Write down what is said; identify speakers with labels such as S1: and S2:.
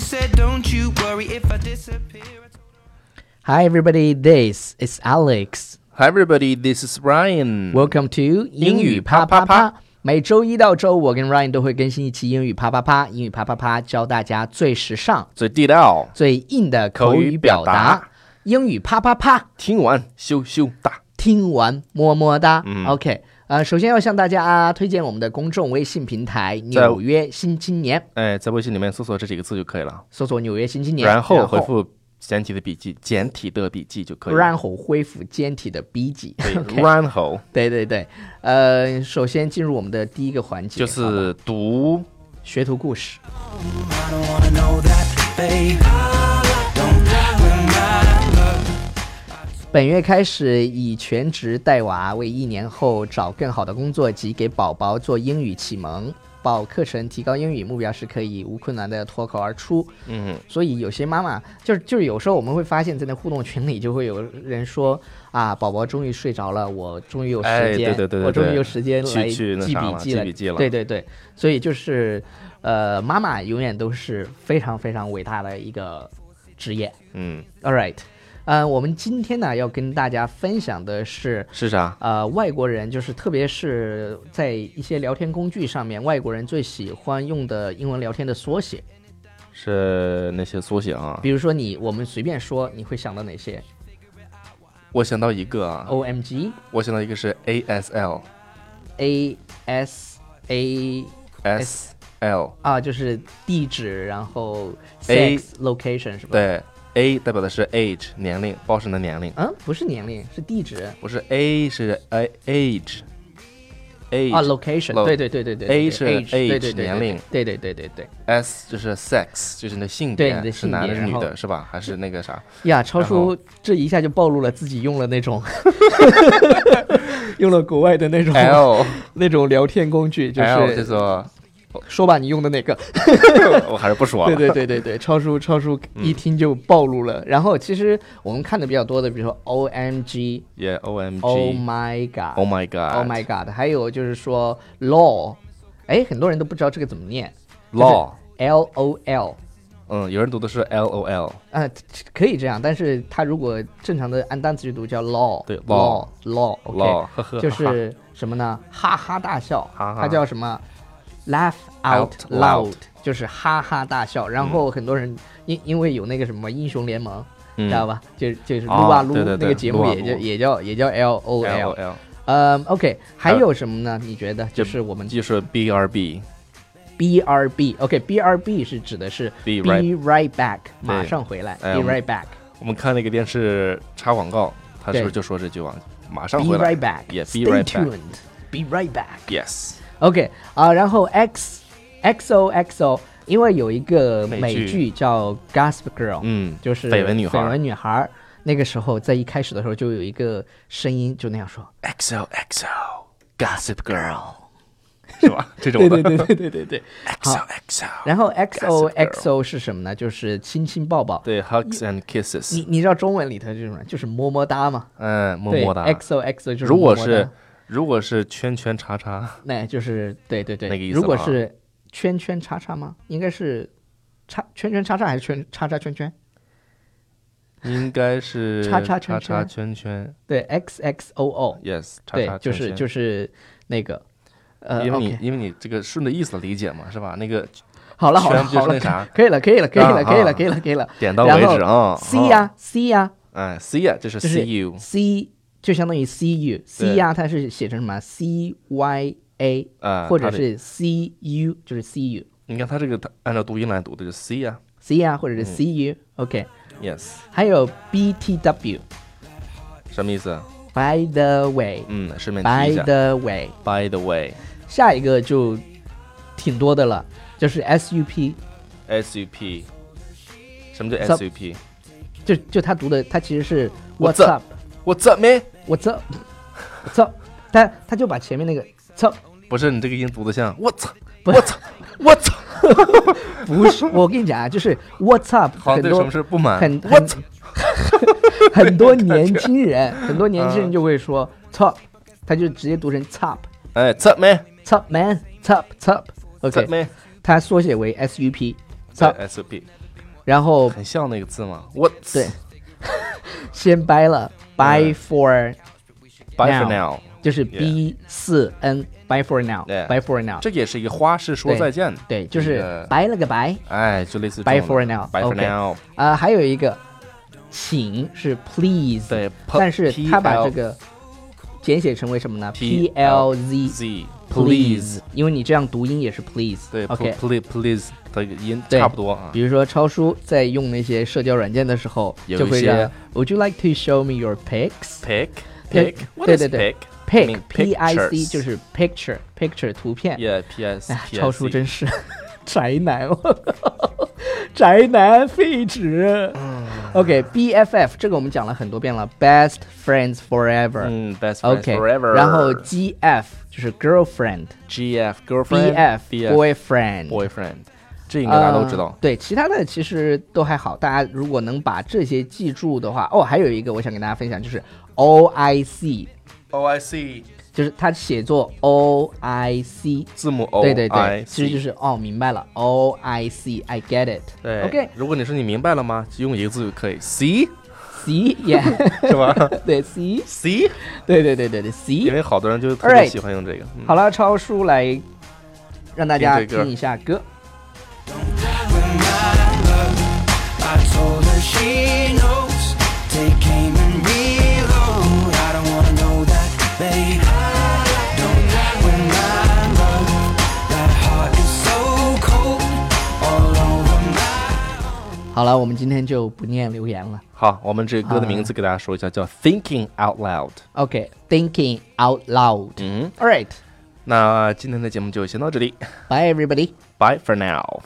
S1: said, Don't you worry if I disappear. I told
S2: Hi, everybody. This is Alex.
S3: Hi, everybody. This is Ryan.
S2: Welcome to
S3: 英
S2: 英
S3: 语
S2: 语
S3: 啪
S2: 啪啪
S3: 啪啪
S2: 啪。每周一到周五，我跟 Ryan 都会更新一期英语啪啪啪。英语啪啪啪教大家最时尚、
S3: 最地道，
S2: 最硬的
S3: 口
S2: 口
S3: 语
S2: 语表
S3: 表达
S2: 达。英语啪啪啪，
S3: 听完羞羞哒。
S2: 听完么么哒。
S3: 嗯
S2: OK，呃，首先要向大家啊推荐我们的公众微信平台《
S3: 在
S2: 纽约新青年》，
S3: 哎，在微信里面搜索这几个字就可以了，
S2: 搜索“纽约新青年”，
S3: 然
S2: 然
S3: 后回复简体的笔记，简体的笔记就可以了。
S2: 然后恢复简体的笔记。
S3: 对
S2: OK
S3: 然后
S2: 对对对，呃，首先进入我们的第一个环节，
S3: 就
S2: 好吧
S3: 是读，
S2: 学徒故事。
S1: you, I don't wanna know that, babe. Don't lie when I love.
S2: 本月开始以全职带娃，为一年后找更好的工作及给宝宝做英语启蒙。报课程提高英语，目标是可以无困难的脱口而出。
S3: 嗯，
S2: 所以有些妈妈就是就是有时候我们会发现，在那互动群里就会有人说啊，宝宝终于睡着了，我终于有
S3: 哎
S2: 时间，
S3: 对对对对
S2: 我终于
S3: 对
S2: 有时间
S3: 去
S2: 来
S3: 去那
S2: 记
S3: 啥
S2: 笔
S3: 了
S2: 记
S3: 记
S2: 了，
S3: 笔记了
S2: 对对对，所以就是呃，妈妈永远都是非常非常伟大的一个职业。
S3: 嗯，
S2: All right，呃，我们今天呢要跟大家分享的是，
S3: 是啥？
S2: 呃，外国人就是特别是在一些聊天工具上面，外国人最喜欢用的英文聊天的缩写。
S3: 是那些缩写啊。
S2: 比如说你，我们随便说，你会想到哪些
S3: 我想到一个啊，
S2: ？O M G、
S3: 我想到一个是 ASL
S2: A S A
S3: S L，
S2: 啊，就是地址，然后
S3: A-
S2: sex location 是吧？。
S3: 对，A 代表的是 age 年龄，包神的年龄，
S2: 嗯，不是年龄，是地址
S3: 不是 A 是 A age，age
S2: 啊，location，
S3: lo-
S2: 对对对对对对
S3: A 是
S2: age，对
S3: age，
S2: 对对对
S3: 年龄
S2: 对对对对对。
S3: S 就是 sex，就是你的性
S2: 对
S3: 别，
S2: 你的
S3: 是
S2: 性
S3: 男的
S2: 别
S3: 是女
S2: 然
S3: 的，
S2: 后
S3: 是吧？还是那 个啥？
S2: 呀，超
S3: 然后
S2: 叔这一下就暴露了自己用了那 种，用了国外的那种
S3: L
S2: 那种聊天工具，就
S3: L 叫
S2: 是
S3: 做，
S2: 说吧，你用的哪个？
S3: 我还是不说
S2: 对
S3: 了。嗯
S2: 对对对对，超叔超叔一听就暴露了。然后其实我们看的比较多的，比如说 O M G、
S3: Yeah, O M
S2: Oh
S3: G,
S2: my God、
S3: Oh my God,
S2: Oh my God，还有就是说 law，哎，很多人都不知道这个怎么念
S3: law，
S2: ，L O L。
S3: 嗯，有人读的是 L O L，
S2: 呃，可以这样，但是它如果正常的按单词去读叫 law，
S3: 对
S2: law law OK，
S3: law，呵呵，
S2: 就
S3: 哈哈
S2: 是什么呢？哈哈大笑，
S3: 哈哈
S2: 它叫什么？laugh out
S3: Out loud 嗯
S2: loud，就是哈哈大笑。然后很多人因因为有那个什么英雄联盟，知道
S3: 嗯
S2: 吧？就就是撸
S3: 哦
S2: 啊撸
S3: 对对
S2: 那
S3: 对
S2: 个节目
S3: 撸啊
S2: 也就
S3: 撸
S2: 也叫也叫 L O
S3: ，L O
S2: L。
S3: L
S2: 嗯，OK，还
S3: 还有
S2: 有什么呢？你觉得就
S3: 就是
S2: 我们
S3: 就是 B R B
S2: B R B，OK，B R B 是指的是
S3: B
S2: be
S3: right。
S2: right back，马上回来
S3: 哎
S2: ，be
S3: 我们
S2: right back。
S3: 我们看那个电视插广告，他是
S2: 对
S3: 不是就说这句啊？马
S2: Be
S3: 上回
S2: right
S3: 来
S2: back.
S3: Yeah,
S2: Stay
S3: be right back.
S2: tuned. Be right back.
S3: ，Yes，
S2: OK 啊、然后 X XO XO，因为有一个
S3: 美
S2: 美
S3: 剧
S2: 剧叫《Gossip Girl》，
S3: 嗯，
S2: 就是
S3: 绯闻女孩
S2: 绯闻女孩儿。那个时候在一开始的时候就有一个声音就那样说，
S3: X O X O Gossip Girl，是吧？这种
S2: 对
S3: 的
S2: 对对对对。
S3: X O X O，
S2: 然后 XO
S3: Gossip Girl
S2: XO 是什么呢？就是亲亲抱抱。
S3: 对，Hugs and Kisses，
S2: 你你知道中文里头就是什么？就是么么哒嘛。
S3: 嗯，么
S2: 对
S3: 么哒。
S2: XO XO 就是
S3: 如果
S2: 么么哒
S3: 是如果是圈圈叉叉，
S2: 那就是对对对，
S3: 那个意思
S2: 如果
S3: 了啊
S2: 是圈圈叉叉吗？应该是叉圈圈叉叉还是圈叉叉圈圈？
S3: 应该是
S2: 叉叉圈
S3: 叉
S2: 圈
S3: 叉圈圈
S2: 对，X X O O，
S3: ，yes，叉
S2: 对
S3: 叉，
S2: 就
S3: 圈
S2: 是
S3: 圈。
S2: 就是那个，呃
S3: 因为你
S2: ，OK，
S3: 因为你这个顺着意思理解嘛，是吧？那个
S2: 好了好了
S3: 圈就是
S2: 好了
S3: 那啥，
S2: 可以了可以了可以了
S3: 啊
S2: 可以
S3: 啊
S2: 了可以了可以了
S3: 点到为止啊。
S2: ，C 呀 C 呀，
S3: 啊，哎，see 呀，这是
S2: 就是
S3: see you，
S2: C 就相当于 C U C
S3: 对
S2: 呀，它是写成什么 C Y A，
S3: 啊，
S2: 或者
S3: 它得
S2: 是 C U 就是 C U
S3: 你看他这个它按照读音来读的，就 see 呀
S2: C 呀，或者
S3: 嗯
S2: 是 C U，OK，
S3: ，yes，
S2: 还有 B T W。
S3: 什么意思？
S2: By the way，
S3: 嗯，顺便提
S2: By
S3: 一下
S2: the way，
S3: ，by the way，S
S2: 下一个就挺多的了，就是 SUP，
S3: U P，什么叫
S2: Sup
S3: S U P？What's
S2: 就就他读的，他其实是
S3: What's
S2: What's up，What's
S3: up man？
S2: up，What's up，他 他就把前面那个 What's up
S3: 不是你这个音读的像我操，
S2: 不
S3: 我操，我操，
S2: 不是，我跟你讲啊，就是 What's up，
S3: 好像
S2: 很
S3: 对什
S2: 多
S3: 么事不满，
S2: 很
S3: 我
S2: 很
S3: 操，
S2: 很多年轻人，很多年轻人就会说 top，他就直接读成 top
S3: 哎，what's up man？what's
S2: top man top top，OK，、
S3: up man？哎
S2: 它缩写为 SUP top
S3: S U P，
S2: 然后
S3: 很像那个字吗？我
S2: 对先掰了
S3: 哎
S2: buy for
S3: ，by for
S2: now
S3: now，
S2: 就是 B 四 N buy for
S3: Yeah
S2: now，buy for now，
S3: 这也是一个花式说
S2: 对
S3: 再见。
S2: 对，就
S3: 一
S2: 是
S3: 个
S2: 拜了个拜。
S3: 哎，就类似
S2: Bye
S3: 这种
S2: for
S3: 的
S2: now，
S3: ，by for
S2: OK
S3: now，
S2: 啊，还有一个请是 please，
S3: 对，
S2: 但是他把这个简写成为什么呢
S3: P
S2: L
S3: L
S2: Z
S3: z
S2: please，
S3: please，
S2: 因为你这样读音也是 please。
S3: 对
S2: ，OK。
S3: ，please please 的音
S2: 对
S3: 差不多啊
S2: 比。如说超叔在用那些社交软件的时候，
S3: 有
S2: 就
S3: 一
S2: 会
S3: 些
S2: 让 Would you like to show me your pics？
S3: pick
S2: 对
S3: pick，what
S2: 对
S3: is
S2: 对对
S3: pick
S2: pic p i c
S3: pictures
S2: 就是 picture picture 图片。
S3: yeah p s E
S2: 哎呀
S3: p
S2: 超叔真是 宅男，我靠宅男废纸。OK，BFF、这个我们讲了很多遍了，Best Friends Forever。
S3: 嗯，best friends
S2: OK，
S3: forever，
S2: 然后 GF 就是 girlfriend，BF
S3: gf girlfriend bf
S2: boyfriend。
S3: boyfriend，这应该大家都知
S2: 呃
S3: 道。
S2: 对，其他的其实都还好。大家如果能把这些记住的话，哦，还有一个我想跟大家分享，就是 OIC，
S3: o i c
S2: 就是它写作 OIC，
S3: 字母 o，
S2: 对对对
S3: I，
S2: 其实就
S3: C
S2: 是哦，明白了，O I C I get it。
S3: 对。
S2: ，OK，
S3: 如果你说你明白了吗？就用一个字就可以，see
S2: C yeah，
S3: 是吧
S2: 对 C，
S3: ？see，
S2: 对对对对对 C。
S3: 因为好多人就特别
S2: Alright
S3: 喜欢用这个。嗯
S2: 好了，超叔来让大家
S3: 听这歌
S2: 听一下歌。
S1: Don't lie with my love. I told her she knows. Take aim and reload. I don't wanna know that, babe. Don't lie with my love. That heart is so cold. All over my.
S2: 好了，我们今天就不念留言了。
S3: 好，我们这歌的名字给大家说一下，叫 Thinking Out Loud。
S2: OK，thinking、out loud。
S3: 嗯，
S2: All right，bye
S3: 那今天的节目就先到这里
S2: everybody。
S3: ，Bye for now。